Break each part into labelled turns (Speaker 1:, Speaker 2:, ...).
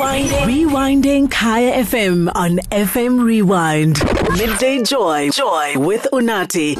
Speaker 1: Rewinding. Rewinding Kaya FM on FM Rewind. Midday Joy. Joy with Unati.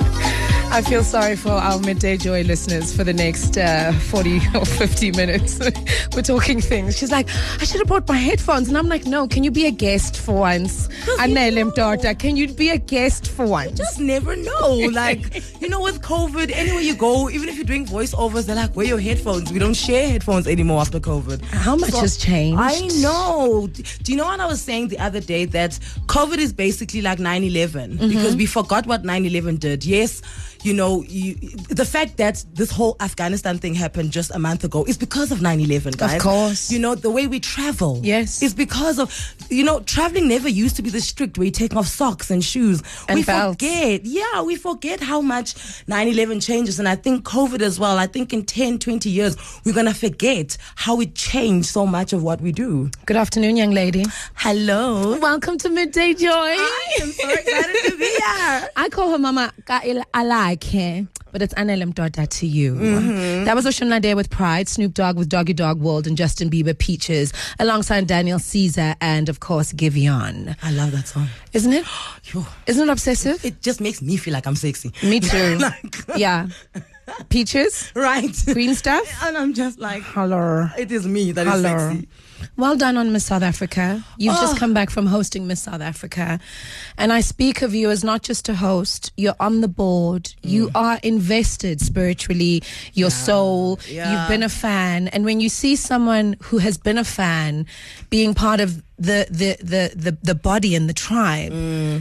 Speaker 2: I feel sorry for our midday joy listeners for the next uh, 40 or 50 minutes. We're talking things. She's like, I should have brought my headphones. And I'm like, no, can you be a guest for once? Anna Lemtata, can you be a guest for once?
Speaker 3: just never know. Like, you know, with COVID, anywhere you go, even if you're doing voiceovers, they're like, wear your headphones. We don't share headphones anymore after COVID.
Speaker 2: How much
Speaker 3: So-
Speaker 2: has changed?
Speaker 3: I know. D- Do you know what I was saying the other day? That COVID is basically like 9 11
Speaker 2: Mm-hmm.
Speaker 3: because we forgot what 9 11 did. Yes, you know, you, the fact that this whole Afghanistan thing happened just a month ago is because of 9 11, guys.
Speaker 2: course.
Speaker 3: You know, the way we travel.
Speaker 2: Yes.
Speaker 3: Is because of, you know, traveling never used to be this strict where you're taking off socks and shoes.
Speaker 2: And
Speaker 3: we
Speaker 2: belts.
Speaker 3: forget forget- Yeah, we forget how much 9 11 changes. And I think COVID as well. I think in 10, 20 years, we're going to forget how it changed so much of what we do.
Speaker 2: Good afternoon, young lady.
Speaker 3: Hello.
Speaker 2: Welcome to Midday Joy.
Speaker 3: I am so excited to be here.
Speaker 2: I call her Mama Kail Alake, but it's Anna Lemtata to you. That was Oshun Day with Pride, Snoop Dogg with Doggy Dog World, and Justin Bieber Peaches, alongside Daniel Caesar and, of course, Giveon.
Speaker 3: I love that song.
Speaker 2: Isn't it?
Speaker 3: Yo,
Speaker 2: Isn't it obsessive?
Speaker 3: It just makes me feel like I'm sexy.
Speaker 2: Me too.
Speaker 3: Like-
Speaker 2: yeah. Peaches,
Speaker 3: Right.
Speaker 2: green stuff.
Speaker 3: And I'm just like,
Speaker 2: Hello.
Speaker 3: it is me that is
Speaker 2: Hello.
Speaker 3: sexy.
Speaker 2: Well done on Miss South Africa. You've just
Speaker 3: Oh.
Speaker 2: come back from hosting Miss South Africa. And I speak of you as not just a host, you're on the board.
Speaker 3: Mm.
Speaker 2: You are invested spiritually, your soul. You've
Speaker 3: Yeah.
Speaker 2: been a fan. And when you see someone who has been a fan being part of the the the the, the body and the tribe,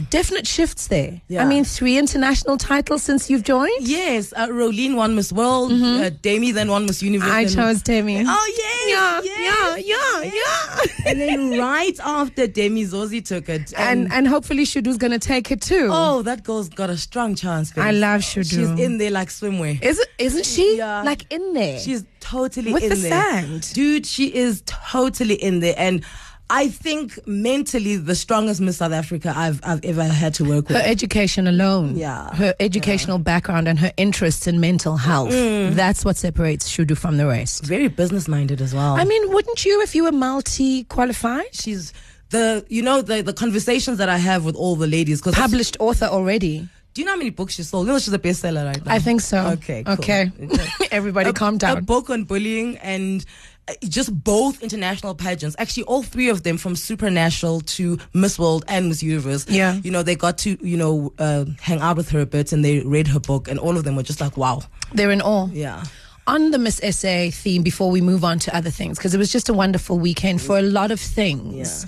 Speaker 2: definite shifts there.
Speaker 3: Mm. Yeah.
Speaker 2: I mean, three international titles since you've joined.
Speaker 3: Yes, uh, Rolene won Miss World, uh, Demi then won Miss Universe.
Speaker 2: Mm-hmm. I
Speaker 3: then-
Speaker 2: chose Demi.
Speaker 3: Oh, yes.
Speaker 2: yeah,
Speaker 3: yes.
Speaker 2: yeah, yeah, yeah.
Speaker 3: And then right after Demi Zozi took it.
Speaker 2: and and hopefully Shudu's gonna take it too.
Speaker 3: Oh, that girl's got a strong chance. babe.
Speaker 2: I love Shudu.
Speaker 3: She's in there like swimwear.
Speaker 2: Isn't isn't she
Speaker 3: Yeah.
Speaker 2: like in there?
Speaker 3: She's totally
Speaker 2: With
Speaker 3: in
Speaker 2: the
Speaker 3: there.
Speaker 2: sand.
Speaker 3: Dude, she is totally in there. And I think mentally the strongest Miss South Africa I've I've ever had to work
Speaker 2: her
Speaker 3: with.
Speaker 2: education alone,
Speaker 3: Yeah. Mm.
Speaker 2: her educational background and her interests in mental health. That's what separates Shudu from the rest.
Speaker 3: Very business minded as well.
Speaker 2: I mean, wouldn't you if you were multi qualified?
Speaker 3: she's the you know the the conversations that I have with all the ladies because
Speaker 2: Published author already.
Speaker 3: do you know how many books she sold? You know she's a bestseller right now.
Speaker 2: I think so.
Speaker 3: Mm. Okay. cool.
Speaker 2: Okay. Everybody
Speaker 3: a-
Speaker 2: calm
Speaker 3: A
Speaker 2: down.
Speaker 3: book on bullying and uh, just both international pageants. Actually, all three of them, from Supranational to Miss World and Miss Universe.
Speaker 2: Yeah.
Speaker 3: You know, they got to, you know, uh, hang out with her a bit and they read her book and all of them were just like, wow.
Speaker 2: They're in awe.
Speaker 3: Yeah.
Speaker 2: on the Miss SA theme before we move on to other things, because it was just a wonderful weekend for a lot of things.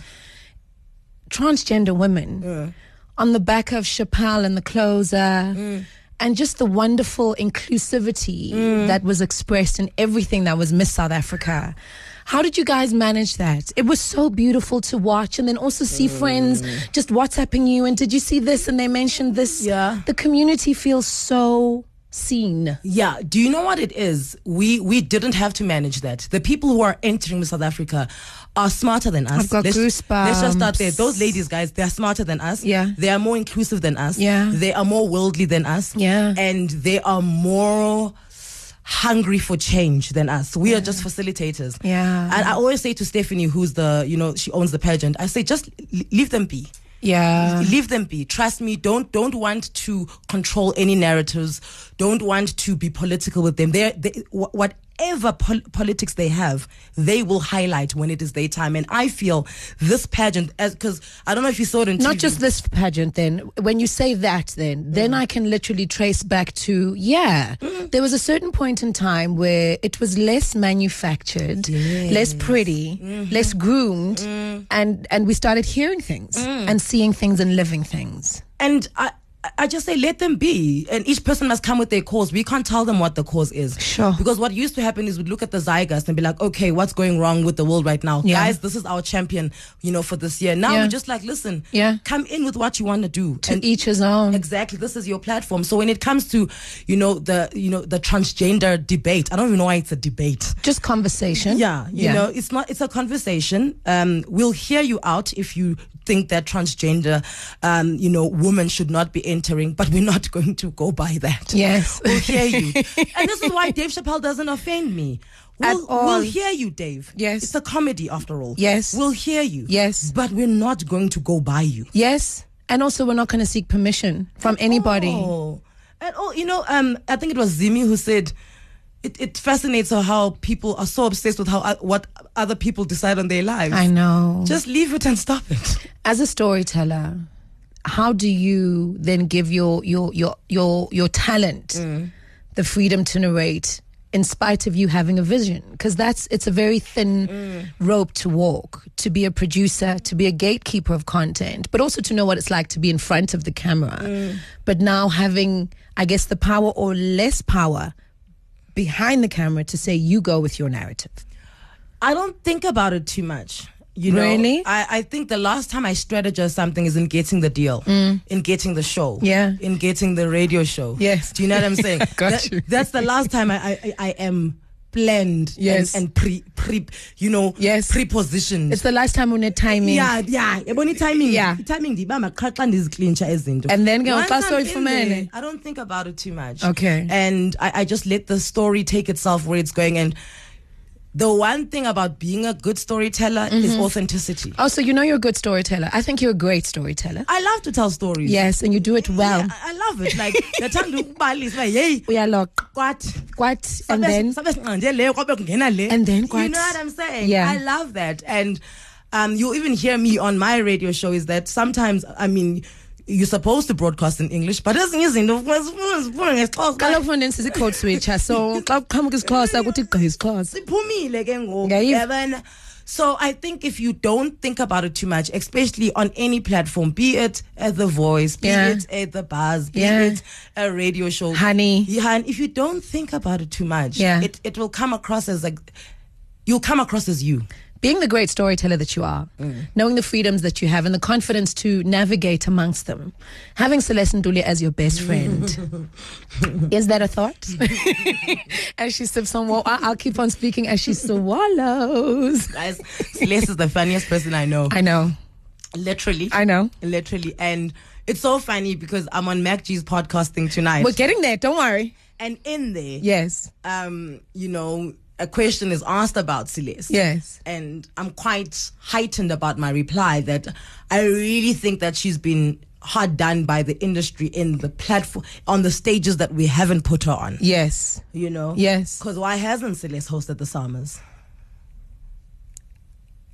Speaker 2: Transgender women on the back of Chappelle and the closer. And just the wonderful inclusivity that was expressed in everything that was Miss South Africa. How did you guys manage that? It was so beautiful to watch, and then also see friends just WhatsApping you. And did you see this? And they mentioned this.
Speaker 3: Yeah.
Speaker 2: The community feels so seen.
Speaker 3: Yeah. Do you know what it is? We we didn't have to manage that. The people who are entering Miss South Africa are smarter than us.
Speaker 2: I've got
Speaker 3: Let's just start there.
Speaker 2: goosebumps.
Speaker 3: Those ladies, guys, they're smarter than us.
Speaker 2: Yeah.
Speaker 3: They are more inclusive than us.
Speaker 2: Yeah.
Speaker 3: They are more worldly than us.
Speaker 2: Yeah.
Speaker 3: And they are more hungry for change than us. We are just facilitators.
Speaker 2: Yeah.
Speaker 3: And I always say to Stephanie, who's the, you know, she owns the pageant, I say, just l- leave them be
Speaker 2: Yeah.
Speaker 3: leave them be trust me don't don't want to control any narratives don't want to be political with them they're they, wh- whatever pol- politics they have they will highlight when it is their time and i feel this pageant as because i don't know if you saw it in
Speaker 2: Not
Speaker 3: TV.
Speaker 2: just this pageant, then. When you say that, then, then I can literally trace back to, yeah, there was a certain point in time where it was less manufactured, less pretty, less groomed, and, and we started hearing things and seeing things and living things.
Speaker 3: and i I just say let them be, and each person must come with their cause. We can't tell them what the cause is,
Speaker 2: Sure.
Speaker 3: Because what used to happen is we'd look at the zeitgeist and be like, okay, what's going wrong with the world right now,
Speaker 2: Yeah.
Speaker 3: guys? This is our champion, you know, for this year. Now
Speaker 2: Yeah.
Speaker 3: we're just like, listen,
Speaker 2: Yeah.
Speaker 3: come in with what you want to do,
Speaker 2: To each his own.
Speaker 3: Exactly. This is your platform. So when it comes to, you know, the you know the transgender debate, I don't even know why it's a debate.
Speaker 2: Just conversation.
Speaker 3: Yeah, you know, it's not. It's a conversation. Um, we'll hear you out if you think that transgender, um, you know, women should not be entering, but we're not going to go by that.
Speaker 2: Yes.
Speaker 3: We'll hear you. and this is why Dave Chappelle doesn't offend me.
Speaker 2: At
Speaker 3: We'll,
Speaker 2: all.
Speaker 3: we'll hear you, Dave.
Speaker 2: Yes.
Speaker 3: It's a comedy after all.
Speaker 2: Yes.
Speaker 3: We'll hear you.
Speaker 2: Yes.
Speaker 3: But we're not going to go by you.
Speaker 2: Yes. And also, we're not going to seek permission from anybody.
Speaker 3: Oh, and oh, you know, um, I think it was Zimi who said it, it fascinates her how people are so obsessed with how o- what other people decide on their lives.
Speaker 2: I know.
Speaker 3: Just leave it and stop it.
Speaker 2: as a storyteller how do you then give your your your your your talent the freedom to narrate in spite of you having a vision because that's it's a very thin rope to walk to be a producer to be a gatekeeper of content but also to know what it's like to be in front of the camera but now having i guess the power or less power behind the camera to say you go with your narrative
Speaker 3: I don't think about it too much. You know,
Speaker 2: Really?
Speaker 3: I, I think the last time I strategized something is in getting the deal, in getting the show,
Speaker 2: Mm. Yeah.
Speaker 3: in getting the radio show.
Speaker 2: Yes.
Speaker 3: do you know what I'm saying?
Speaker 2: Got
Speaker 3: That-
Speaker 2: you.
Speaker 3: That's the last time I I, I I am planned
Speaker 2: Yes.
Speaker 3: and, and pre pre you know
Speaker 2: Yes.
Speaker 3: prepositioned.
Speaker 2: it's the last time we had timing
Speaker 3: yeah yeah yabona i-timing
Speaker 2: Yeah.
Speaker 3: i-timing ndiyibamba qha xa ndiziklintsha ezinto
Speaker 2: And then ke ngoku xa
Speaker 3: Once I'm in
Speaker 2: sewuyifumene.
Speaker 3: there, i don't think about it too much
Speaker 2: Okay.
Speaker 3: and I, I just let the story take itself where it's going and the one thing about being a good storyteller is
Speaker 2: Mm-hmm.
Speaker 3: authenticity
Speaker 2: Also, you know you're a good storyteller. I think you're a great storyteller.
Speaker 3: i love to tell stories
Speaker 2: Yes, and you do it well.
Speaker 3: Yeah, I, I love it like ngiyathanda ukubalisa yey
Speaker 2: We are locked.
Speaker 3: kwathi
Speaker 2: Quite, and then
Speaker 3: sabe sinqande le kwabe kungena le
Speaker 2: And then
Speaker 3: you
Speaker 2: kwathi.
Speaker 3: know what i'm saying
Speaker 2: Yeah.
Speaker 3: i love that and um you even hear me on my radio show is that sometimes i mean you're supposed to broadcast in english but ezinye izinto ufuna- ufuna- ufuna
Speaker 2: kaloku
Speaker 3: ngesiXhosa.
Speaker 2: mfunda ndisize i-code switcher so xa kuqhamuka isixhosa kuthi gqi isixhosa
Speaker 3: siphumile ke ngoku
Speaker 2: Ngayiva.
Speaker 3: yabona so i think if you don't think about it too much especially on any platform be it at the voice be
Speaker 2: Yeah.
Speaker 3: it at the bars be
Speaker 2: Yeah.
Speaker 3: it a radio show
Speaker 2: Honey.
Speaker 3: yeah, and if you don't think about it too much
Speaker 2: Yeah.
Speaker 3: it, it will come across as like you'll come across as you
Speaker 2: being the great storyteller that you are
Speaker 3: Mm.
Speaker 2: knowing the freedoms that you have and the confidence to navigate amongst them having celeste Nduli as your best friend is that a thought as she sips on water i'll keep on speaking as she swallows
Speaker 3: guys celeste is the funniest person i know
Speaker 2: i know
Speaker 3: literally
Speaker 2: i know
Speaker 3: literally and it's so funny because i'm on mac g's podcasting tonight
Speaker 2: we're getting there don't worry
Speaker 3: and in there
Speaker 2: yes
Speaker 3: um you know a question is asked about celeste
Speaker 2: yes
Speaker 3: and I'm quite heightened about my reply that I really think that she's been hard done by the industry in the platform on the stages that we haven't put her on.
Speaker 2: yes
Speaker 3: You know?
Speaker 2: Yes.
Speaker 3: Because why hasn't Celeste hosted the Summers?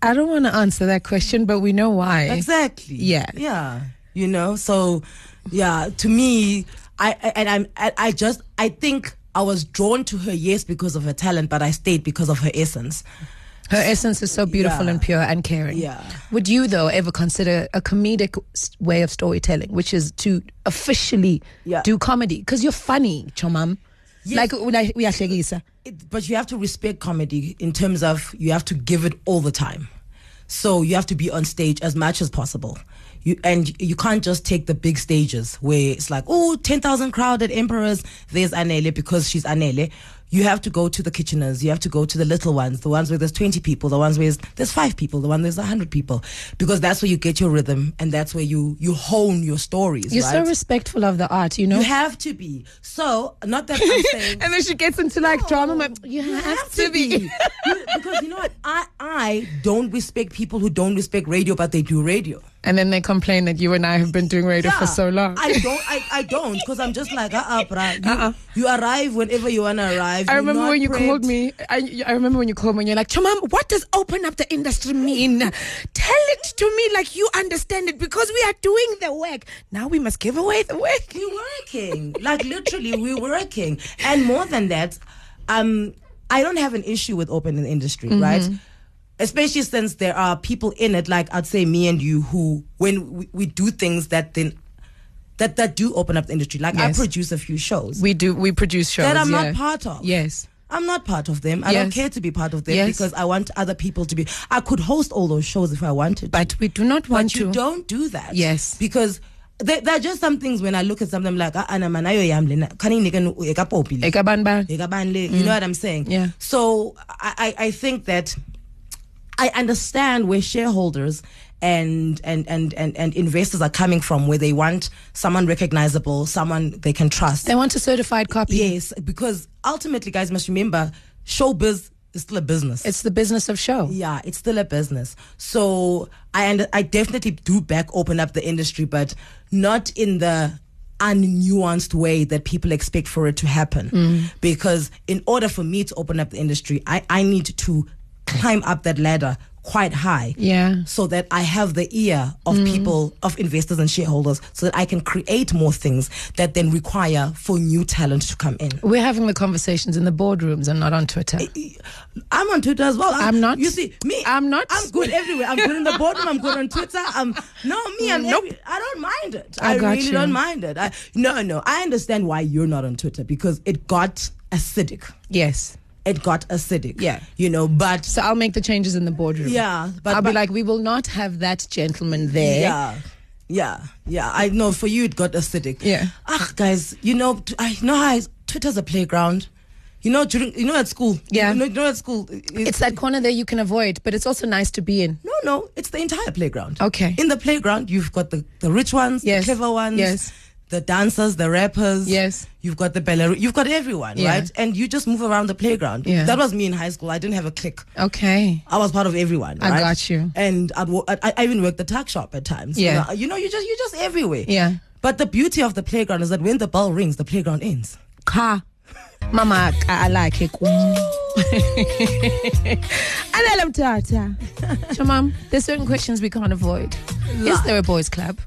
Speaker 2: I don't want to answer that question, but we know why.
Speaker 3: Exactly.
Speaker 2: Eh. Yeah.
Speaker 3: Yeah. You know? So yeah, to me, I I- and I'm I, I just I think I was drawn to her, yes, because of her talent, but I stayed because of her essence.
Speaker 2: Her essence is so beautiful
Speaker 3: Yeah.
Speaker 2: and pure and caring.
Speaker 3: Yeah.
Speaker 2: Would you, though, ever consider a comedic s- way of storytelling, which is to officially
Speaker 3: Yeah.
Speaker 2: do comedy? Because you're funny, Chomam. Like, una- we are shegisa.
Speaker 3: it, but you have to respect comedy in terms of you have to give it all the time. So you have to be on stage as much as possible. You and you can't just take the big stages where it's like, oh, 10,000 crowd at Emperor's, there's Anele because she's Anele. You have to go to the kitcheners, you have to go to the little ones, the ones where there's 20 people, the ones where there's- there's 5 people, the one where there's 100 people because that's where you get your rhythm and that's where you you hone your stories,
Speaker 2: You're
Speaker 3: right?
Speaker 2: so respectful of the art, you know?
Speaker 3: you have to be. So, not that I'm saying
Speaker 2: and then she gets into like drama. I'm like, you, have, to be.
Speaker 3: You- because you know what? I I don't respect people who don't respect radio, but they do radio.
Speaker 2: and then they complain that you and I have been doing radio for
Speaker 3: Yeah.
Speaker 2: so long. Uh-uh.
Speaker 3: I don't. I, I don't because I'm just like uh uh bruh. You, you arrive whenever you wanna arrive.
Speaker 2: I
Speaker 3: You're
Speaker 2: remember
Speaker 3: not
Speaker 2: when you
Speaker 3: prepped.
Speaker 2: called me. I, I remember when you called me and you're like, Chomam, what does open up the industry mean? Tell it to me like you understand it because we are doing the work. Now we must give away the work.
Speaker 3: We're working. Like literally, we're working. And more than that, um, I don't have an issue with open in the industry,
Speaker 2: Mm-hmm.
Speaker 3: right? Especially since there are people in it, like I'd say me and you, who when we, we do things that then that that do open up the industry. Like
Speaker 2: Yes.
Speaker 3: I produce a few shows.
Speaker 2: We do, we produce shows.
Speaker 3: that I'm
Speaker 2: yeah.
Speaker 3: not part of.
Speaker 2: Yes.
Speaker 3: I'm not part of them. I don't
Speaker 2: Yes.
Speaker 3: care to be part of them
Speaker 2: Yes.
Speaker 3: because I want other people to be. I could host all those shows if I wanted, to.
Speaker 2: But we do not want
Speaker 3: but you
Speaker 2: to.
Speaker 3: don't do that.
Speaker 2: Yes.
Speaker 3: because there, there are just some things when I look at something I'm like ah, ana man, ayo yam lena. Kani nika nu- eka eh, popi le.
Speaker 2: Ekabanba.
Speaker 3: Eka ban le. You know what I'm saying?
Speaker 2: Yeah.
Speaker 3: So I, I I think that I understand where shareholders and and, and, and and investors are coming from, where they want someone recognizable, someone they can trust.
Speaker 2: They want a certified copy.
Speaker 3: Yes, because ultimately, guys must remember, showbiz is still a business.
Speaker 2: It's the business of show.
Speaker 3: yeah, it's still a business. So I and I definitely do back open up the industry, but not in the unnuanced way that people expect for it to happen. Because in order for me to open up the industry, I, I need to climb up that ladder quite high.
Speaker 2: Yeah.
Speaker 3: So that I have the ear of people, of investors and shareholders, so that I can create more things that then require for new talent to come in.
Speaker 2: We're having the conversations in the boardrooms and not on Twitter.
Speaker 3: I'm on Twitter as well.
Speaker 2: I'm not.
Speaker 3: You see, me,
Speaker 2: I'm not.
Speaker 3: I'm good everywhere. I'm good in the boardroom. I'm good on Twitter. I'm no me. I'm
Speaker 2: Nope.
Speaker 3: every- I don't mind it.
Speaker 2: I
Speaker 3: I,
Speaker 2: got
Speaker 3: really
Speaker 2: you.
Speaker 3: don't mind it. I, no, no. I understand why you're not on Twitter because it got acidic.
Speaker 2: Yes.
Speaker 3: It got acidic.
Speaker 2: Yeah.
Speaker 3: you know, but
Speaker 2: So I'll make the changes in the boardroom.
Speaker 3: Yeah, but-
Speaker 2: I'll be
Speaker 3: but-
Speaker 2: like, we will not have that gentleman there.
Speaker 3: Yeah. Yeah. Yeah. I know for you it got acidic.
Speaker 2: Yeah.
Speaker 3: Ah, guys, you know, t- I know how I, Twitter's a playground. You know, during, you know, at school.
Speaker 2: Yeah.
Speaker 3: You know, you know at school. it-
Speaker 2: It's that corner there you can avoid, but it's also nice to be in.
Speaker 3: No, no, it's the entire playground.
Speaker 2: Okay.
Speaker 3: In the playground, you've got the, the rich ones,
Speaker 2: Yes.
Speaker 3: the clever ones,
Speaker 2: Yes.
Speaker 3: the dancers, the rappers.
Speaker 2: Yes.
Speaker 3: You've got the ballerina. You've got everyone,
Speaker 2: Yeah.
Speaker 3: right? And you just move around the playground.
Speaker 2: Yeah.
Speaker 3: That was me in high school. I didn't have a clique.
Speaker 2: Okay.
Speaker 3: I was part of everyone.
Speaker 2: I
Speaker 3: right?
Speaker 2: got you.
Speaker 3: And I'd, wo- I, I even worked the tuck shop at times. You
Speaker 2: Yeah.
Speaker 3: know, You know, you just you're just everywhere.
Speaker 2: Yeah.
Speaker 3: But the beauty of the playground is that when the bell rings, the playground ends.
Speaker 2: Ka. Mama, I I like it. Alala mtata. So, mom, there's certain questions we can't avoid. Is there a boys' club?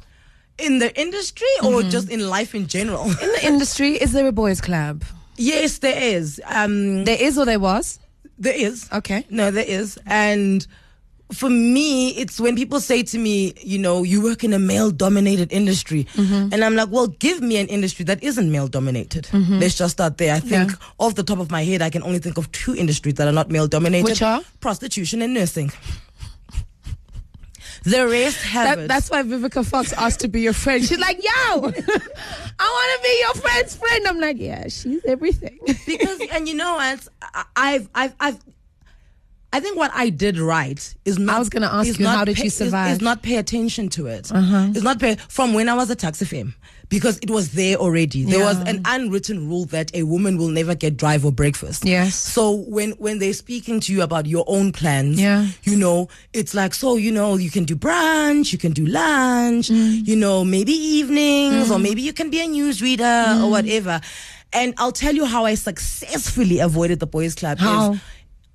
Speaker 3: In the industry or
Speaker 2: Mm-hmm.
Speaker 3: just in life in general?
Speaker 2: In the industry, is there a boys' club?
Speaker 3: yes, there is. Um,
Speaker 2: There is or there was?
Speaker 3: there is.
Speaker 2: Okay.
Speaker 3: No, there is. And for me, it's when people say to me, you know, you work in a male dominated industry.
Speaker 2: Mm-hmm.
Speaker 3: And I'm like, well, give me an industry that isn't male dominated.
Speaker 2: Mm-hmm.
Speaker 3: Let's just start there. I think off the top of my head, I can only think of two industries that are not male dominated
Speaker 2: Which are?
Speaker 3: prostitution and nursing. The rest have
Speaker 2: That,
Speaker 3: it.
Speaker 2: that's why Vivica Fox asked to be your friend. She's like, yo, I want to be your friend's friend. I'm like, yeah, she's everything.
Speaker 3: because and you know what I- I've I've I've I think what I did right is not.
Speaker 2: was gonna ask
Speaker 3: is
Speaker 2: you,
Speaker 3: not
Speaker 2: how did
Speaker 3: pay-
Speaker 2: you
Speaker 3: is-
Speaker 2: survive?
Speaker 3: Is, not pay attention to it. Uh-huh. It's not pay from when I was at Taxi Fame because it was there already. There was
Speaker 2: Yeah.
Speaker 3: an unwritten rule that a woman will never get drive or breakfast.
Speaker 2: Yes.
Speaker 3: So when when they're speaking to you about your own plans,
Speaker 2: Yeah.
Speaker 3: you know, it's like so you know you can do brunch, you can do lunch, you know, maybe evenings, or maybe you can be a newsreader or whatever. And I'll tell you how I successfully avoided the boys' club. is
Speaker 2: How?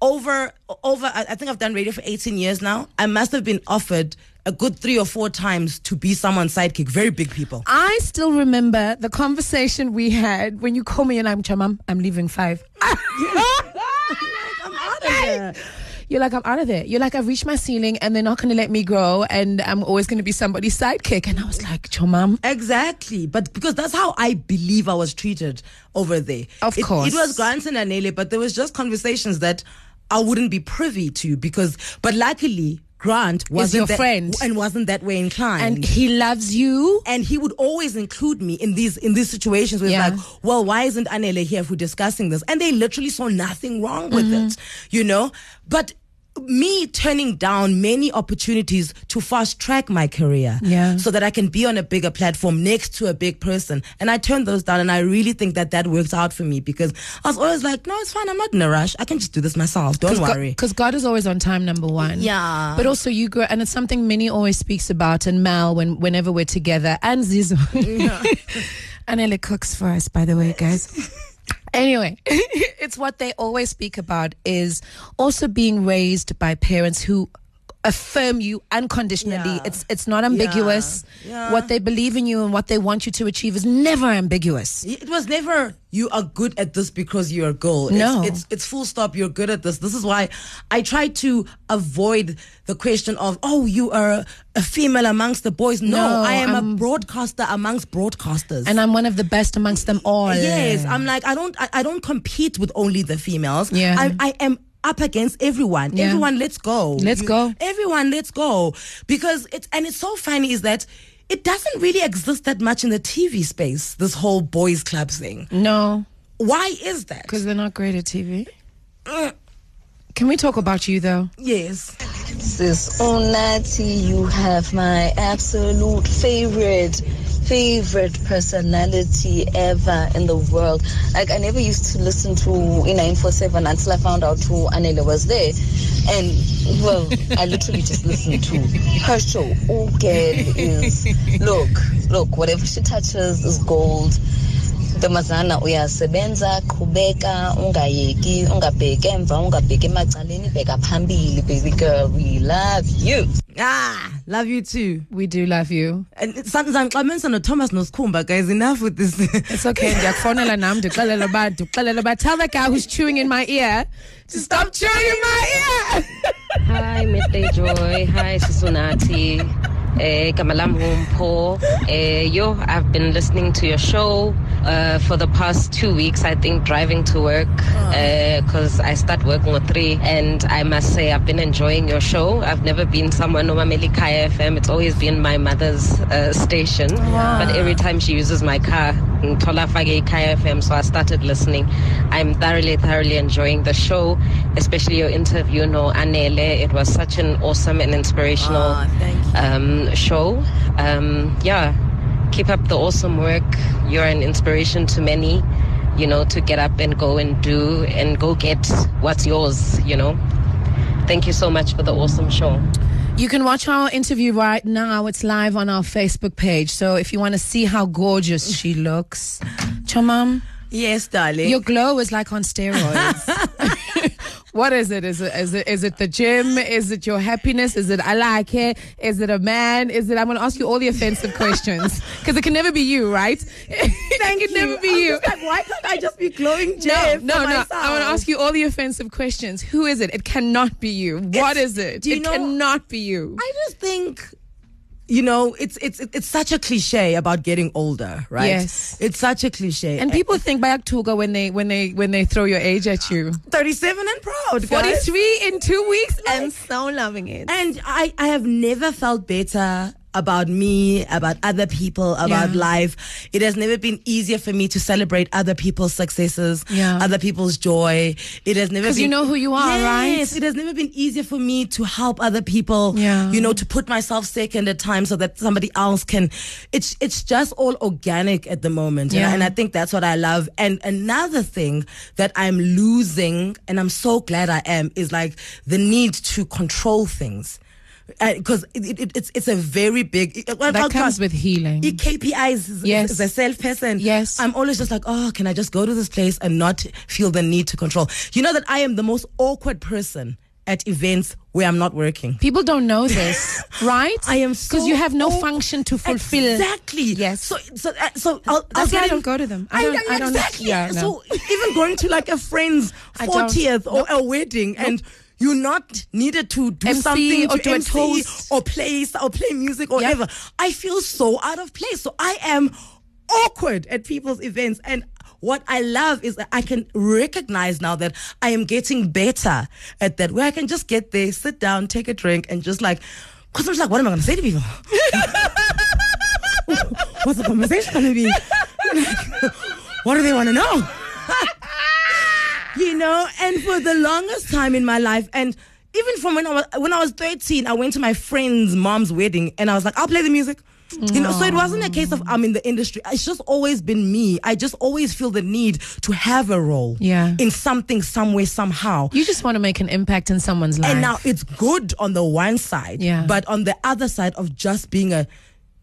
Speaker 3: over over I I think I've done radio for 18 years now. I must have been offered a good three or four times to be someone's sidekick. Very big people.
Speaker 2: I still remember the conversation we had when you call me and I'm Chamam, I'm leaving five.
Speaker 3: I'm out of here.
Speaker 2: You're like, I'm out of there. You're like, I've reached my ceiling and they're not going to let me grow and I'm always going to be somebody's sidekick. And I was like, Chamam.
Speaker 3: Exactly, but because that's how I believe I was treated over there.
Speaker 2: Of
Speaker 3: It-
Speaker 2: course.
Speaker 3: it was Granson and Nele, but there was just conversations that I wouldn't be privy to because. But luckily, Grant was
Speaker 2: your friend.
Speaker 3: and wasn't that way inclined.
Speaker 2: And he loves you.
Speaker 3: and he would always include me in these in these situations where
Speaker 2: Yeah.
Speaker 3: it's like, well, why isn't Anele here if we're discussing this? And they literally saw nothing wrong with
Speaker 2: Mm-hmm.
Speaker 3: it, you know. But me turning down many opportunities to fast track my career,
Speaker 2: Yeah.
Speaker 3: so that I can be on a bigger platform next to a big person, and I turned those down, and I really think that that worked out for me because I was always like, no, it's fine, I'm not in a rush, I can just do this myself. Don't worry.
Speaker 2: Because God is always on time, number one.
Speaker 3: Yeah.
Speaker 2: But also, you grow, and it's something Minnie always speaks about, and Mal, when, whenever we're together, and Zizo. and Ella cooks for us, by the way, guys. Anyway, it's what they always speak about is also being raised by parents who affirm you unconditionally.
Speaker 3: Yeah.
Speaker 2: It's it's not ambiguous.
Speaker 3: Yeah.
Speaker 2: What they believe in you and what they want you to achieve is never ambiguous.
Speaker 3: It was never you are good at this because you're a girl. It's-
Speaker 2: No.
Speaker 3: it's, it's full stop. You're good at this. This is why I try to avoid the question of oh you are a female amongst the boys. No,
Speaker 2: No,
Speaker 3: I am
Speaker 2: I'm-
Speaker 3: a broadcaster amongst broadcasters.
Speaker 2: And I'm one of the best amongst them all.
Speaker 3: yes, I'm like I don't I, I don't compete with only the females.
Speaker 2: Yeah.
Speaker 3: I, I am up against everyone.
Speaker 2: Yeah.
Speaker 3: Everyone, let's go.
Speaker 2: Let's go.
Speaker 3: Everyone, let's go. Because it's and it's so funny is that. It doesn't really exist that much in the TV space, this whole boys club thing.
Speaker 2: No,
Speaker 3: Why is that? Uh,
Speaker 2: because they're not great at TV. Can we talk about you though?
Speaker 3: Yes.
Speaker 4: Sis Unati, you have my absolute favorite, favorite personality ever in the world. Like, I never used to listen to E947 until I found out who Anela was there. And, well, I literally just listened to her show. Oh, girl is, look, look, whatever she touches is gold. ntombazana uyasebenza qhubeka ungayeki ungabheki emva ungabheki emacaleni bheka phambili baby girl we love you
Speaker 3: Ah, love you too.
Speaker 2: We do love you.
Speaker 3: And sometimes I mention Thomas Noskumba, guys. Enough with this.
Speaker 2: It's okay. Ndiyakufonela nam, ndikuxelela uba- ndikuxelela uba, Tell that guy who's chewing in my ear to stop chewing in my ear.
Speaker 5: Hi, Midday Joy. Hi, Susunati. Uh, Kamalam Humpo. Uh, yo, I've been listening to your show uh, for the past two weeks, I think, driving to work because I start working at 3. And I must say, I've been enjoying your show. I've never been someone on Kaya FM. It's always been my mother's uh, station. But every time she uses my car, Ntola Fage Kaya FM, so I started listening. I'm thoroughly, thoroughly enjoying the show, especially your interview, no Anele. It was such an awesome and inspirational
Speaker 1: Ah.
Speaker 5: um, show. Um, yeah, keep up the awesome work. You're an inspiration to many, you know, to get up and go and do and go get what's yours, you know. Thank you so much for the awesome show.
Speaker 2: You can watch our interview right now. It's live on our Facebook page. So if you want to see how gorgeous she looks, Chomam,
Speaker 3: yes, darling.
Speaker 2: your glow is like on steroids. what is it? Is it is it is it the gym? Is it your happiness? Is it I like it? Is it a man? Is it? I'm going to ask you all the offensive questions because it can never be you, right? it can never be you.
Speaker 3: why can't I just be glowing
Speaker 2: No, no, no. I want to ask you all the offensive questions. Who is it? It cannot be you. What
Speaker 3: It's-
Speaker 2: is it?
Speaker 3: do you
Speaker 2: It
Speaker 3: know-
Speaker 2: cannot be you.
Speaker 3: I just think, you know, it's it's it's such a cliche about getting older, right?
Speaker 2: Yes.
Speaker 3: It's such a cliche.
Speaker 2: And people think Bayaktuga when they when they when they throw your age at you.
Speaker 3: 37 and proud.
Speaker 2: Forty
Speaker 3: guys.
Speaker 2: three in two weeks. I'm so loving it.
Speaker 3: And I, I have never felt better about me, about other people, about
Speaker 2: Yeah.
Speaker 3: life. It has never been easier for me to celebrate other people's successes,
Speaker 2: Yeah.
Speaker 3: other people's joy. It has never
Speaker 2: 'Cause you
Speaker 3: been-
Speaker 2: know who you are,
Speaker 3: yes,
Speaker 2: right?
Speaker 3: It has never been easier for me to help other people.
Speaker 2: Yeah.
Speaker 3: You know, to put myself second at times so that somebody else can. It's it's just all organic at the moment. you know,
Speaker 2: Yeah.
Speaker 3: And I think that's what I love. And another thing that I'm losing, and I'm so glad I am, is like the need to control things. Because it, it, it's it's a very big it- well, I'll
Speaker 2: That comes
Speaker 3: trust-
Speaker 2: with healing.
Speaker 3: E- KPIs
Speaker 2: Yes.
Speaker 3: as a self person.
Speaker 2: Yes.
Speaker 3: I'm always just like, oh, can I just go to this place and not feel the need to control? You know that I am the most awkward person at events where I'm not working.
Speaker 2: People don't know this, right?
Speaker 3: I am
Speaker 2: because
Speaker 3: so
Speaker 2: you have no
Speaker 3: old-
Speaker 2: function to fulfill.
Speaker 3: Exactly.
Speaker 2: Yes.
Speaker 3: So so uh, so I'll, I'll
Speaker 2: That's why I
Speaker 3: get
Speaker 2: don't
Speaker 3: in-
Speaker 2: go to them. I don't- I don't-
Speaker 3: exactly.
Speaker 2: yeah, no.
Speaker 3: So even going to like a friend's
Speaker 2: I don't.
Speaker 3: fortieth or a wedding and. You're not needed to do
Speaker 2: MC
Speaker 3: something
Speaker 2: or
Speaker 3: to
Speaker 2: do a
Speaker 3: MC
Speaker 2: toast.
Speaker 3: or play or play music or
Speaker 2: Yeah.
Speaker 3: whatever. I feel so out of place. So I am awkward at people's events and what I love is that I can recognize now that I am getting better at that where I can just get there, sit down, take a drink and just like because I'm just like, what am I gonna say to people? What's the conversation gonna be? what do they wanna know? you know and for the longest time in my life and even from when i was when i was 13 i went to my friend's mom's wedding and i was like i'll play the music you know so it wasn't a case of i'm in the industry it's just always been me i just always feel the need to have a role
Speaker 2: Yeah.
Speaker 3: in something somewhere somehow
Speaker 2: You just want to make an impact in someone's life.
Speaker 3: and now it's good on the one side
Speaker 2: Yeah.
Speaker 3: but on the other side of just being a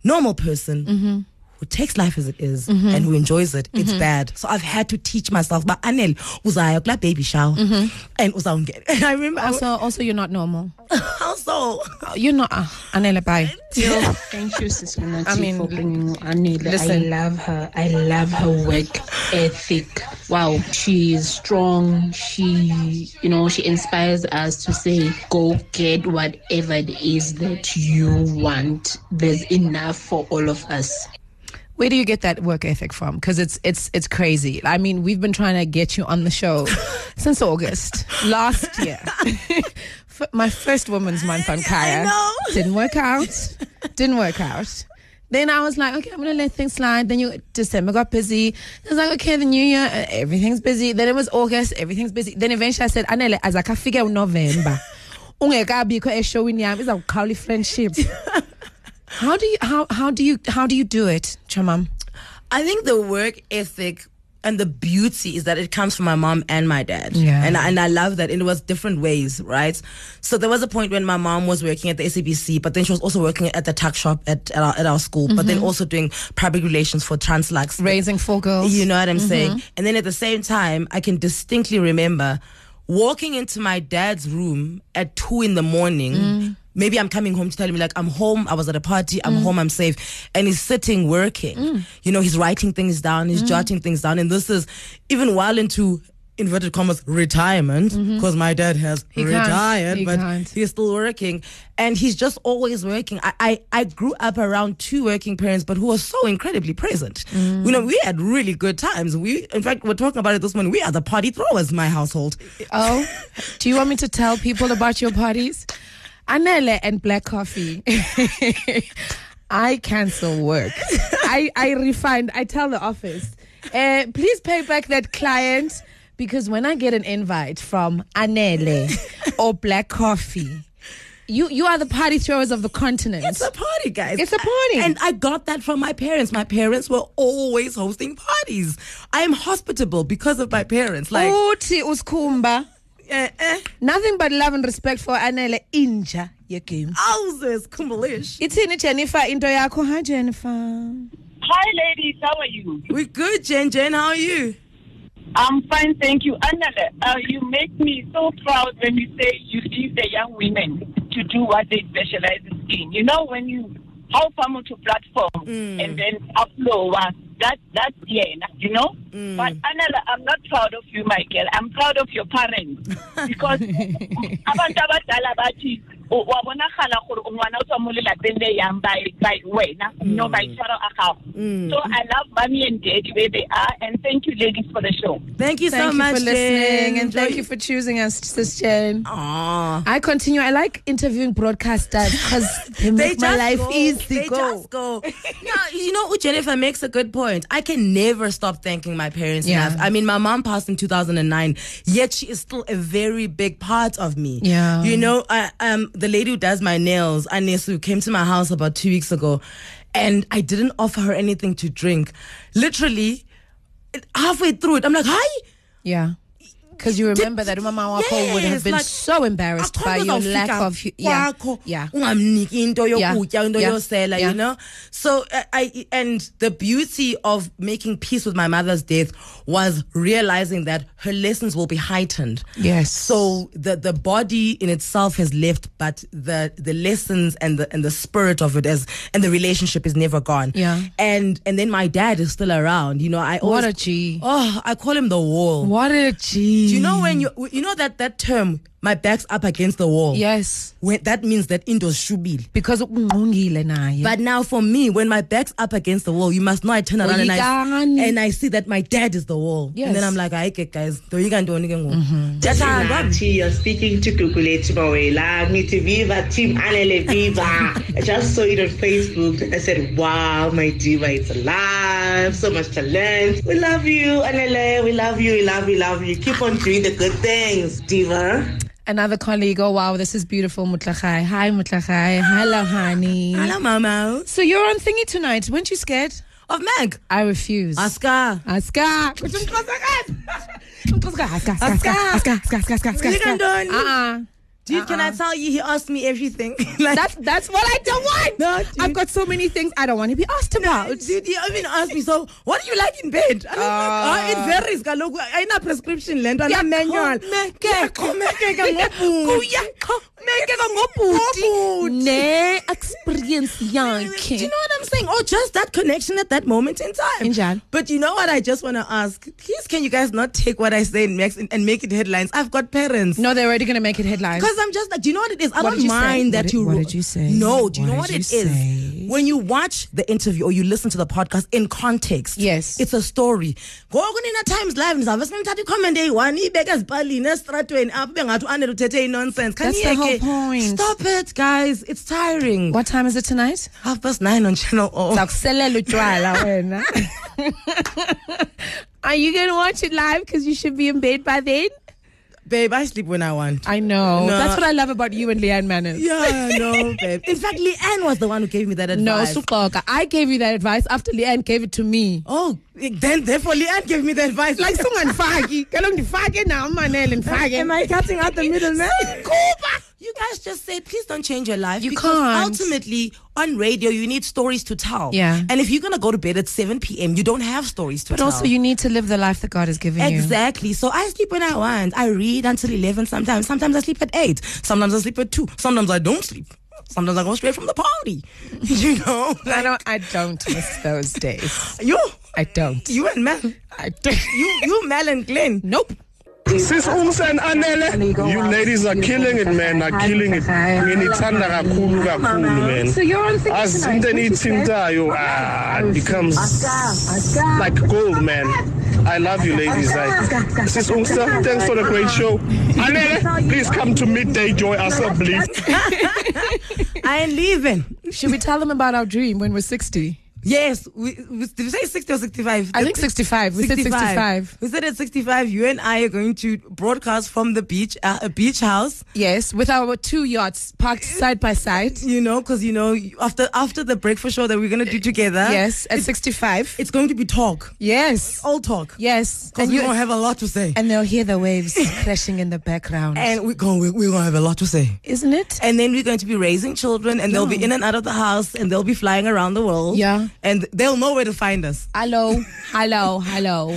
Speaker 3: normal person Who takes life as it is and who enjoys it, it's bad. So I've had to teach myself. But Anel, uzaya kula baby shower and uzawungena. And I remember
Speaker 2: also, also, you're not normal.
Speaker 3: also
Speaker 2: You're not. Uh, Anela, bye.
Speaker 6: Thank you, Sis Unati,
Speaker 2: I mean,
Speaker 6: for bringing Anila.
Speaker 2: listen.
Speaker 6: I love her. I love her work ethic. Wow, she is strong. She, you know, she inspires us to say, go get whatever it is that you want. There's enough for all of us.
Speaker 2: Where do you get that work ethic from? Because it's it's it's crazy. I mean, we've been trying to get you on the show since August last year. F- My first Women's Month on Kaya
Speaker 3: know.
Speaker 2: didn't work out. Didn't work out. Then I was like, okay, I'm gonna let things slide. Then you December got busy. It was like, okay, the new year, uh, everything's busy. Then it was August, everything's busy. Then eventually I said, Anele, as I can figure out November. ungekabikho eshowini yami izawuqhawula friendship how do you how how do you how do you do it chamam
Speaker 3: I think the work ethic and the beauty is that it comes from my mom and my dad.
Speaker 2: Yeah.
Speaker 3: And, and I love that. And it was different ways, right? So there was a point when my mom was working at the SABC, but then she was also working at the tuck shop at, at, our, at our school, but then also doing public relations for Translux.
Speaker 2: raising four girls
Speaker 3: You know what I'm saying? And then at the same time, I can distinctly remember walking into my dad's room at two in the morning. Maybe I'm coming home to tell him, like, I'm home, I was at a party, I'm home, I'm safe. And he's sitting working. You know, he's writing things down, he's jotting things down. And this is even while into inverted commas retirement, because my dad has
Speaker 2: can't.
Speaker 3: retired,
Speaker 2: He
Speaker 3: but
Speaker 2: can't.
Speaker 3: he's still working and he's just always working I, I i grew up around two working parents but who were so incredibly present
Speaker 2: Mm.
Speaker 3: you know we had really good times we in fact we're talking about it this morning we are the party throwers in my household
Speaker 2: oh do you want me to tell people about your parties anele and black coffee i cancel work i i refund i tell the office uh, please pay back that client because when i get an invite from anele or black coffee you you are the party throwers of the continent
Speaker 3: it's a party guys
Speaker 2: It's a party.
Speaker 3: and i got that from my parents my parents were always hosting parties i am hospitable because of my parents like
Speaker 2: uthi usikhumba
Speaker 3: eh, eh,
Speaker 2: nothing but love and respect for anele inja yegame
Speaker 3: houses kumbalish
Speaker 2: ithini jennifer into yakho hi jennifer
Speaker 7: Hi, ladies. How are you?
Speaker 3: we good jen jen how are you
Speaker 7: I'm fine, thank you. Annale, uh, you make me so proud when you say you leave the young women to do what they specialize in. You know, when you how come to platform and then upload uh, that that's yeah, you know. But Annale, I'm not proud of you, Michael. I'm proud of your parents because abantu abadala bathi "O- wabonagala gore o ngwana o tswa mo lelapeng le yang by by wena no maitshwaro a gago so i love mommy and daddy where they are and thank you ladies for the show
Speaker 3: thank you
Speaker 2: thank
Speaker 3: so
Speaker 2: you
Speaker 3: much
Speaker 2: for listening
Speaker 3: Jen.
Speaker 2: and
Speaker 3: Enjoy
Speaker 2: thank
Speaker 3: your-
Speaker 2: you for choosing us sis jen
Speaker 3: Aw.
Speaker 2: i continue i like interviewing broadcasters because they make my life
Speaker 3: go.
Speaker 2: easy
Speaker 3: They
Speaker 2: go
Speaker 3: just go. no, you know, Jennifer makes a good point. I can never stop thanking my parents
Speaker 2: Yeah.
Speaker 3: enough. I mean, my mom passed in 2009, yet she is still a very big part of me.
Speaker 2: Yeah.
Speaker 3: You know, I, um, the lady who does my nails, Anesu, came to my house about two weeks ago, and I didn't offer her anything to drink. Literally, halfway through it, I'm like, hi.
Speaker 2: yeah because you remember that umama wakho would have
Speaker 3: Yes,
Speaker 2: been
Speaker 3: like,
Speaker 2: so embarrassed by
Speaker 3: Akhona
Speaker 2: your
Speaker 3: uzawufika
Speaker 2: lack of hu- yeah
Speaker 3: kwakho,
Speaker 2: yeah
Speaker 3: ungamniki into
Speaker 2: Yeah,
Speaker 3: yokutya into
Speaker 2: yeah,
Speaker 3: yosela
Speaker 2: yeah.
Speaker 3: you know so uh, i and the beauty of making peace with my mother's death was realizing that her lessons will be heightened
Speaker 2: Yes.
Speaker 3: so the the body in itself has left but the the lessons and the and the spirit of it is and the relationship is never gone
Speaker 2: Yeah.
Speaker 3: and and then my dad is still around you know i
Speaker 2: What
Speaker 3: always,
Speaker 2: a G.
Speaker 3: oh i call him the wall
Speaker 2: what a g
Speaker 3: do you know when you you know that that term my back's up against the wall?
Speaker 2: yes
Speaker 3: When, that means that indoors should be.
Speaker 2: because ungqongile naye
Speaker 3: But now for me, when my back's up against the wall, you must know I turn around and I
Speaker 2: Uyikani.
Speaker 3: and I see that my dad is the wall.
Speaker 2: Yes. Mm-hmm.
Speaker 3: And then I'm like, I get guys, do you can do anything? That's how I love it.
Speaker 8: Nati, you're speaking to Kukuleti Mawela, me to Viva Team Anele Viva. I just saw it on Facebook. I said, wow, my diva is alive. So much talent. We love you, Anele. We love you, we love you, we love you. Keep on doing the good things, diva.
Speaker 2: another colleague. Oh wow, this is beautiful, Mutlakai. Hi, Mutlakai. Hello, honey.
Speaker 3: Hello, mama.
Speaker 2: So you're on thingy tonight. Weren't you scared?
Speaker 3: Of Meg.
Speaker 2: I refuse.
Speaker 3: Aska.
Speaker 2: Aska.
Speaker 3: You can do it.
Speaker 2: Uh-uh.
Speaker 3: Dude, can I tell you he asked me everything? like,
Speaker 2: That's that's what I don't want.
Speaker 3: No,
Speaker 2: I've
Speaker 3: dude.
Speaker 2: got so many things I don't want to be asked about.
Speaker 3: Dude, he even asked me, so what do you like in bed? And
Speaker 2: Ah.
Speaker 3: I'm like, oh, it varies, kaloku. Ayina prescription le nto, ayina manual. Kuyaxhomekeka ngobhuti. Kuyaxhomekeka ngobhuti.
Speaker 2: ne experience
Speaker 3: Do you
Speaker 2: yakhe.
Speaker 3: know what I'm saying? Or just that connection at that moment in time.
Speaker 2: Injalo.
Speaker 3: But you know what I just want to ask? Please, can you guys not take what I say and make, and make it headlines? I've got parents.
Speaker 2: No, they're already gonna make it headlines.
Speaker 3: Because I'm just like, do you know what it is? I
Speaker 2: What
Speaker 3: don't
Speaker 2: did you say?
Speaker 3: mind that
Speaker 2: What did-
Speaker 3: you.
Speaker 2: what did you say?
Speaker 3: No, do you
Speaker 2: What
Speaker 3: know what
Speaker 2: did
Speaker 3: it is?
Speaker 2: you say?
Speaker 3: When you watch the interview or you listen to the podcast in context,
Speaker 2: Yes.
Speaker 3: it's a story. Go kunina times live nizawube senithatha i-comment eyi-one iyibeke ezipalini esitratweni apha bengathi uanele uthethe i-nonsense
Speaker 2: That's the whole point.
Speaker 3: stop it guys it's tiring
Speaker 2: What time is it it tonight?
Speaker 3: Half past nine on Channel O.
Speaker 2: Takuselela utywala wena. Are you going to watch it live? Because you should be in bed by then.
Speaker 3: Babe, I sleep when I want.
Speaker 2: I know.
Speaker 3: No.
Speaker 2: That's what I love about you and Leanne Manners.
Speaker 3: Yeah, no, babe. In fact, Leanne was the one who gave me that advice.
Speaker 2: No, Sukoka. I gave you that advice after Leanne gave it to me.
Speaker 3: Oh, then therefore Leanne gave me the advice.
Speaker 2: Like someone fagi. Kalungifake na umanele nifake.
Speaker 9: Am I cutting out the middleman?
Speaker 3: Kuba, you guys just say, please don't change your life.
Speaker 2: You
Speaker 3: because
Speaker 2: can't.
Speaker 3: Ultimately, on radio, you need stories to tell.
Speaker 2: Yeah.
Speaker 3: And if you're gonna go to bed at 7 p.m., you don't have stories to
Speaker 2: But
Speaker 3: tell.
Speaker 2: also, you need to live the life that God has given you.
Speaker 3: Exactly. So I sleep when I want. I read until 11 sometimes. Sometimes I sleep at 8. Sometimes I sleep at 2. Sometimes I don't sleep. Sometimes I go straight from the party. You know?
Speaker 2: I don't. I don't miss those days.
Speaker 3: You,
Speaker 2: I don't.
Speaker 3: you and Mel.
Speaker 2: I don't.
Speaker 3: You, you, Mel and Glenn.
Speaker 2: Nope.
Speaker 10: Sis Ums and Anele, you ladies are killing it, man. Are killing it. Nginithanda kakhulu kakhulu, man. As into eniyithintayo, ah, it becomes like gold, man. I love you, ladies. I, Sis Umsa, thanks for the great show. Anele, please come to midday joy us, up, please.
Speaker 3: I ain't leaving.
Speaker 2: Should we tell them about our dream when we're sixty?
Speaker 3: Yes, we, we did we say 60 or 65?
Speaker 2: I think sixty-five. We said sixty-five.
Speaker 3: We said at 65, you and I are going to broadcast from the beach, uh, a beach house,
Speaker 2: Yes, with our two yachts parked side by side.
Speaker 3: you know, because, you know, after after the breakfast show that we're going to do together,
Speaker 2: Yes, at sixty-five.
Speaker 3: it's going to be talk,
Speaker 2: Yes.
Speaker 3: all talk.
Speaker 2: Yes.
Speaker 3: Because
Speaker 2: And
Speaker 3: we
Speaker 2: you
Speaker 3: don't have a lot to say.
Speaker 2: and they'll hear the waves crashing in the background.
Speaker 3: And we're going, we're going to have a lot to say.
Speaker 2: Isn't it?
Speaker 3: And then we're going to be raising children, and they'll be in and out of the house, and they'll be flying around the world.
Speaker 2: Yeah.
Speaker 3: And they'll know where to find us.
Speaker 2: Hello, hello, hello.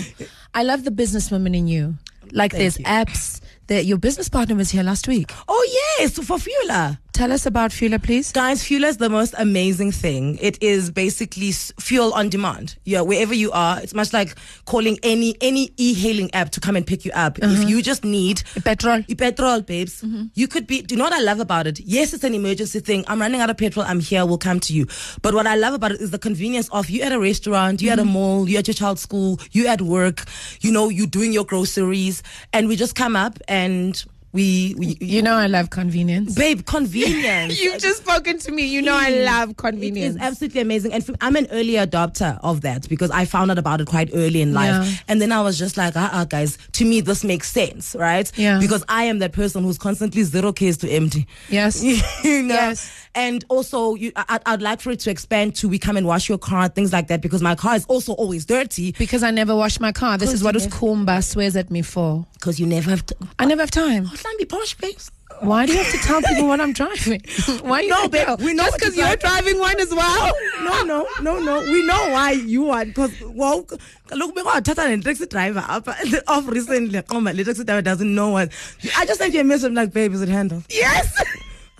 Speaker 2: I love the businesswoman in you. Like there's apps that your business partner was here last week.
Speaker 3: Oh, yes, for Fula.
Speaker 2: Tell us about Fula, please.
Speaker 3: Guys, Fuel is the most amazing thing. It is basically s- fuel on demand. Yeah, wherever you are, it's much like calling any any e-hailing app to come and pick you up. If you just need E
Speaker 2: Petrol.
Speaker 3: Uh-huh. petrol, Mm-hmm. babes, you could be. Do you know what I love about it? Yes, it's an emergency thing. I'm running out of petrol. I'm here. We'll come to you. But what I love about it is the convenience of you at a restaurant, you at a mall, you at your child's school, you at work. You know, you doing your groceries, and we just come up and we, we
Speaker 2: You know I love convenience.
Speaker 3: babe, convenience.
Speaker 2: You've just spoken to me. You know I love
Speaker 3: It
Speaker 2: convenience.
Speaker 3: is absolutely amazing. And f- I'm an early adopter of that because I found out about it quite early in life.
Speaker 2: Yeah.
Speaker 3: And then I was just like, ah, uh guys, to me, this makes sense, right?
Speaker 2: Yeah.
Speaker 3: Because I am that person who's constantly zero Ks to empty.
Speaker 2: Yes.
Speaker 3: you know?
Speaker 2: Yes.
Speaker 3: And also, you, I, I'd- I'd like for it to expand to we come and wash your car, things like that, because my car is also always dirty
Speaker 2: because I never wash my car. This is what
Speaker 3: you
Speaker 2: Uskumba swears at me for.
Speaker 3: because you never have to.
Speaker 2: I never have time.
Speaker 3: But let me posh, babes.
Speaker 2: Why do you have to tell people what I'm driving? Why you
Speaker 3: No,
Speaker 2: like,
Speaker 3: babe,
Speaker 2: "Yo,
Speaker 3: we know
Speaker 2: just
Speaker 3: what
Speaker 2: because
Speaker 3: you're
Speaker 2: you're driving one as well.
Speaker 3: No, no, no, no. We know why you are because well, look, we got a Tata and taxi driver up off recently. Oh my, the taxi driver doesn't know what. I just sent you a message like, babe, is it handled?
Speaker 2: Yes.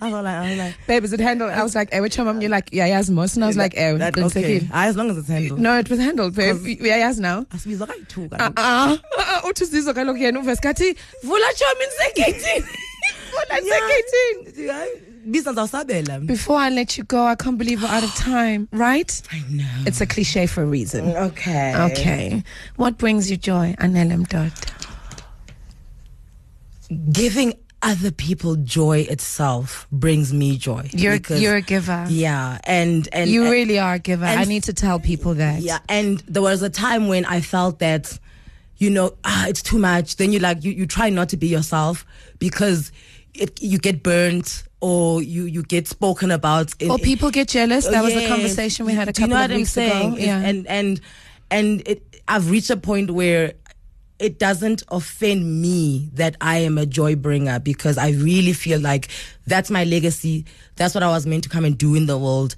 Speaker 3: I was like, I was like,
Speaker 2: Babe, is it handled? I was like, eh, which one? You're like, yeah, yes, most. And I was like, eh,
Speaker 3: that,
Speaker 2: couldn't take
Speaker 3: okay.
Speaker 2: it.
Speaker 3: Ah, as long as it's handled.
Speaker 2: No, it was handled, babe. Yeah, yes, now.
Speaker 3: I said, like, too, guys.
Speaker 2: Ah, ah, ah, uthisizo kaloku yena uvesikhathi vula tshomi ndisegetini vula ndisegetini
Speaker 3: Business Sabela.
Speaker 2: Before I let you go, I can't believe we're out of time, right? I know. It's a cliche for a reason.
Speaker 3: Okay.
Speaker 2: Okay. What brings you joy, Anelem Dot?
Speaker 3: Giving other people joy itself brings me joy.
Speaker 2: You're,
Speaker 3: because-
Speaker 2: you're a giver.
Speaker 3: yeah, and and
Speaker 2: You
Speaker 3: and-
Speaker 2: really are a giver.
Speaker 3: and-
Speaker 2: I need to tell people that.
Speaker 3: Yeah, and there was a time when I felt that, you know, ah, it's too much. Then you like you, you try not to be yourself because it, you get burnt or you you get spoken about. In,
Speaker 2: Or people get jealous. That was the
Speaker 3: Yes.
Speaker 2: conversation we had a
Speaker 3: Do you
Speaker 2: couple
Speaker 3: know
Speaker 2: of
Speaker 3: what I'm
Speaker 2: weeks
Speaker 3: saying?
Speaker 2: ago.
Speaker 3: It's- and and and it, I've reached a point where it doesn't offend me that I am a joy bringer because I really feel like that's my legacy. That's what I was meant to come and do in the world.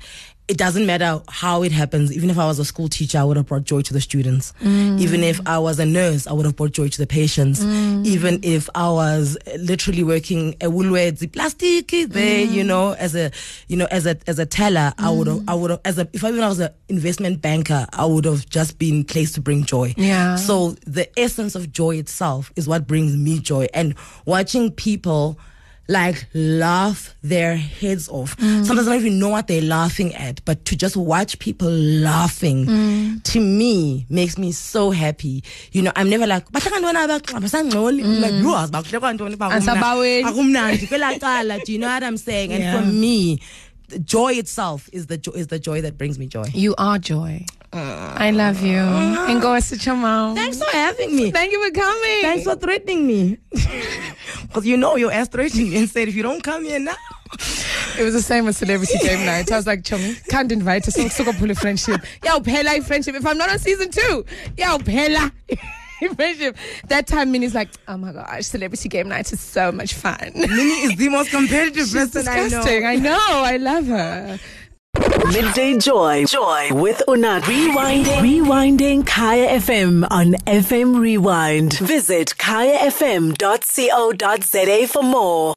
Speaker 3: It doesn't matter how it happens. Even if I was a school teacher, I would have brought joy to the students. Even if I was a nurse, I would have brought joy to the patients. Even if I was literally working a Woolworths plastic there, you know, as a you know as a as a teller, I would have I would have as a if I even I was an investment banker, I would have just been placed to bring joy.
Speaker 2: Yeah.
Speaker 3: So so the essence of joy itself is what brings me joy and watching people like laugh their heads off. Sometimes I don't even know what they're laughing at, but to just watch people laughing to me makes me so happy. You know, I'm never like, "Bahlakantoni abaxaba, basangcoli." I'm like, "Yo, asibakuhlekwa ntoni, bakumna-
Speaker 2: Asabaweni."
Speaker 3: bakumnandi kwelaa cala." do you know what I'm saying? And for me, the joy itself is the jo- is the joy that brings me joy.
Speaker 2: You are joy. I love you. And go sit your mouth.
Speaker 3: Uh, Thanks for having me.
Speaker 2: Thank you for coming.
Speaker 3: Thanks for threatening me. Because you know your ass threatened me and said, if you don't come here now.
Speaker 2: It was the same as celebrity game night. I was like, Chummy, can't invite us. So pull a friendship. Yeah, Pella friendship. If I'm not on season two, yeah, Pella friendship. That time Minnie's like, oh my gosh, celebrity game night is so much fun.
Speaker 3: Minnie is the most competitive person I know.
Speaker 2: Disgusting. I know. I love her.
Speaker 1: Midday Joy, Joy with Unat. Rewinding, rewinding Kaya FM on FM Rewind. Visit kayafm.co.za for more.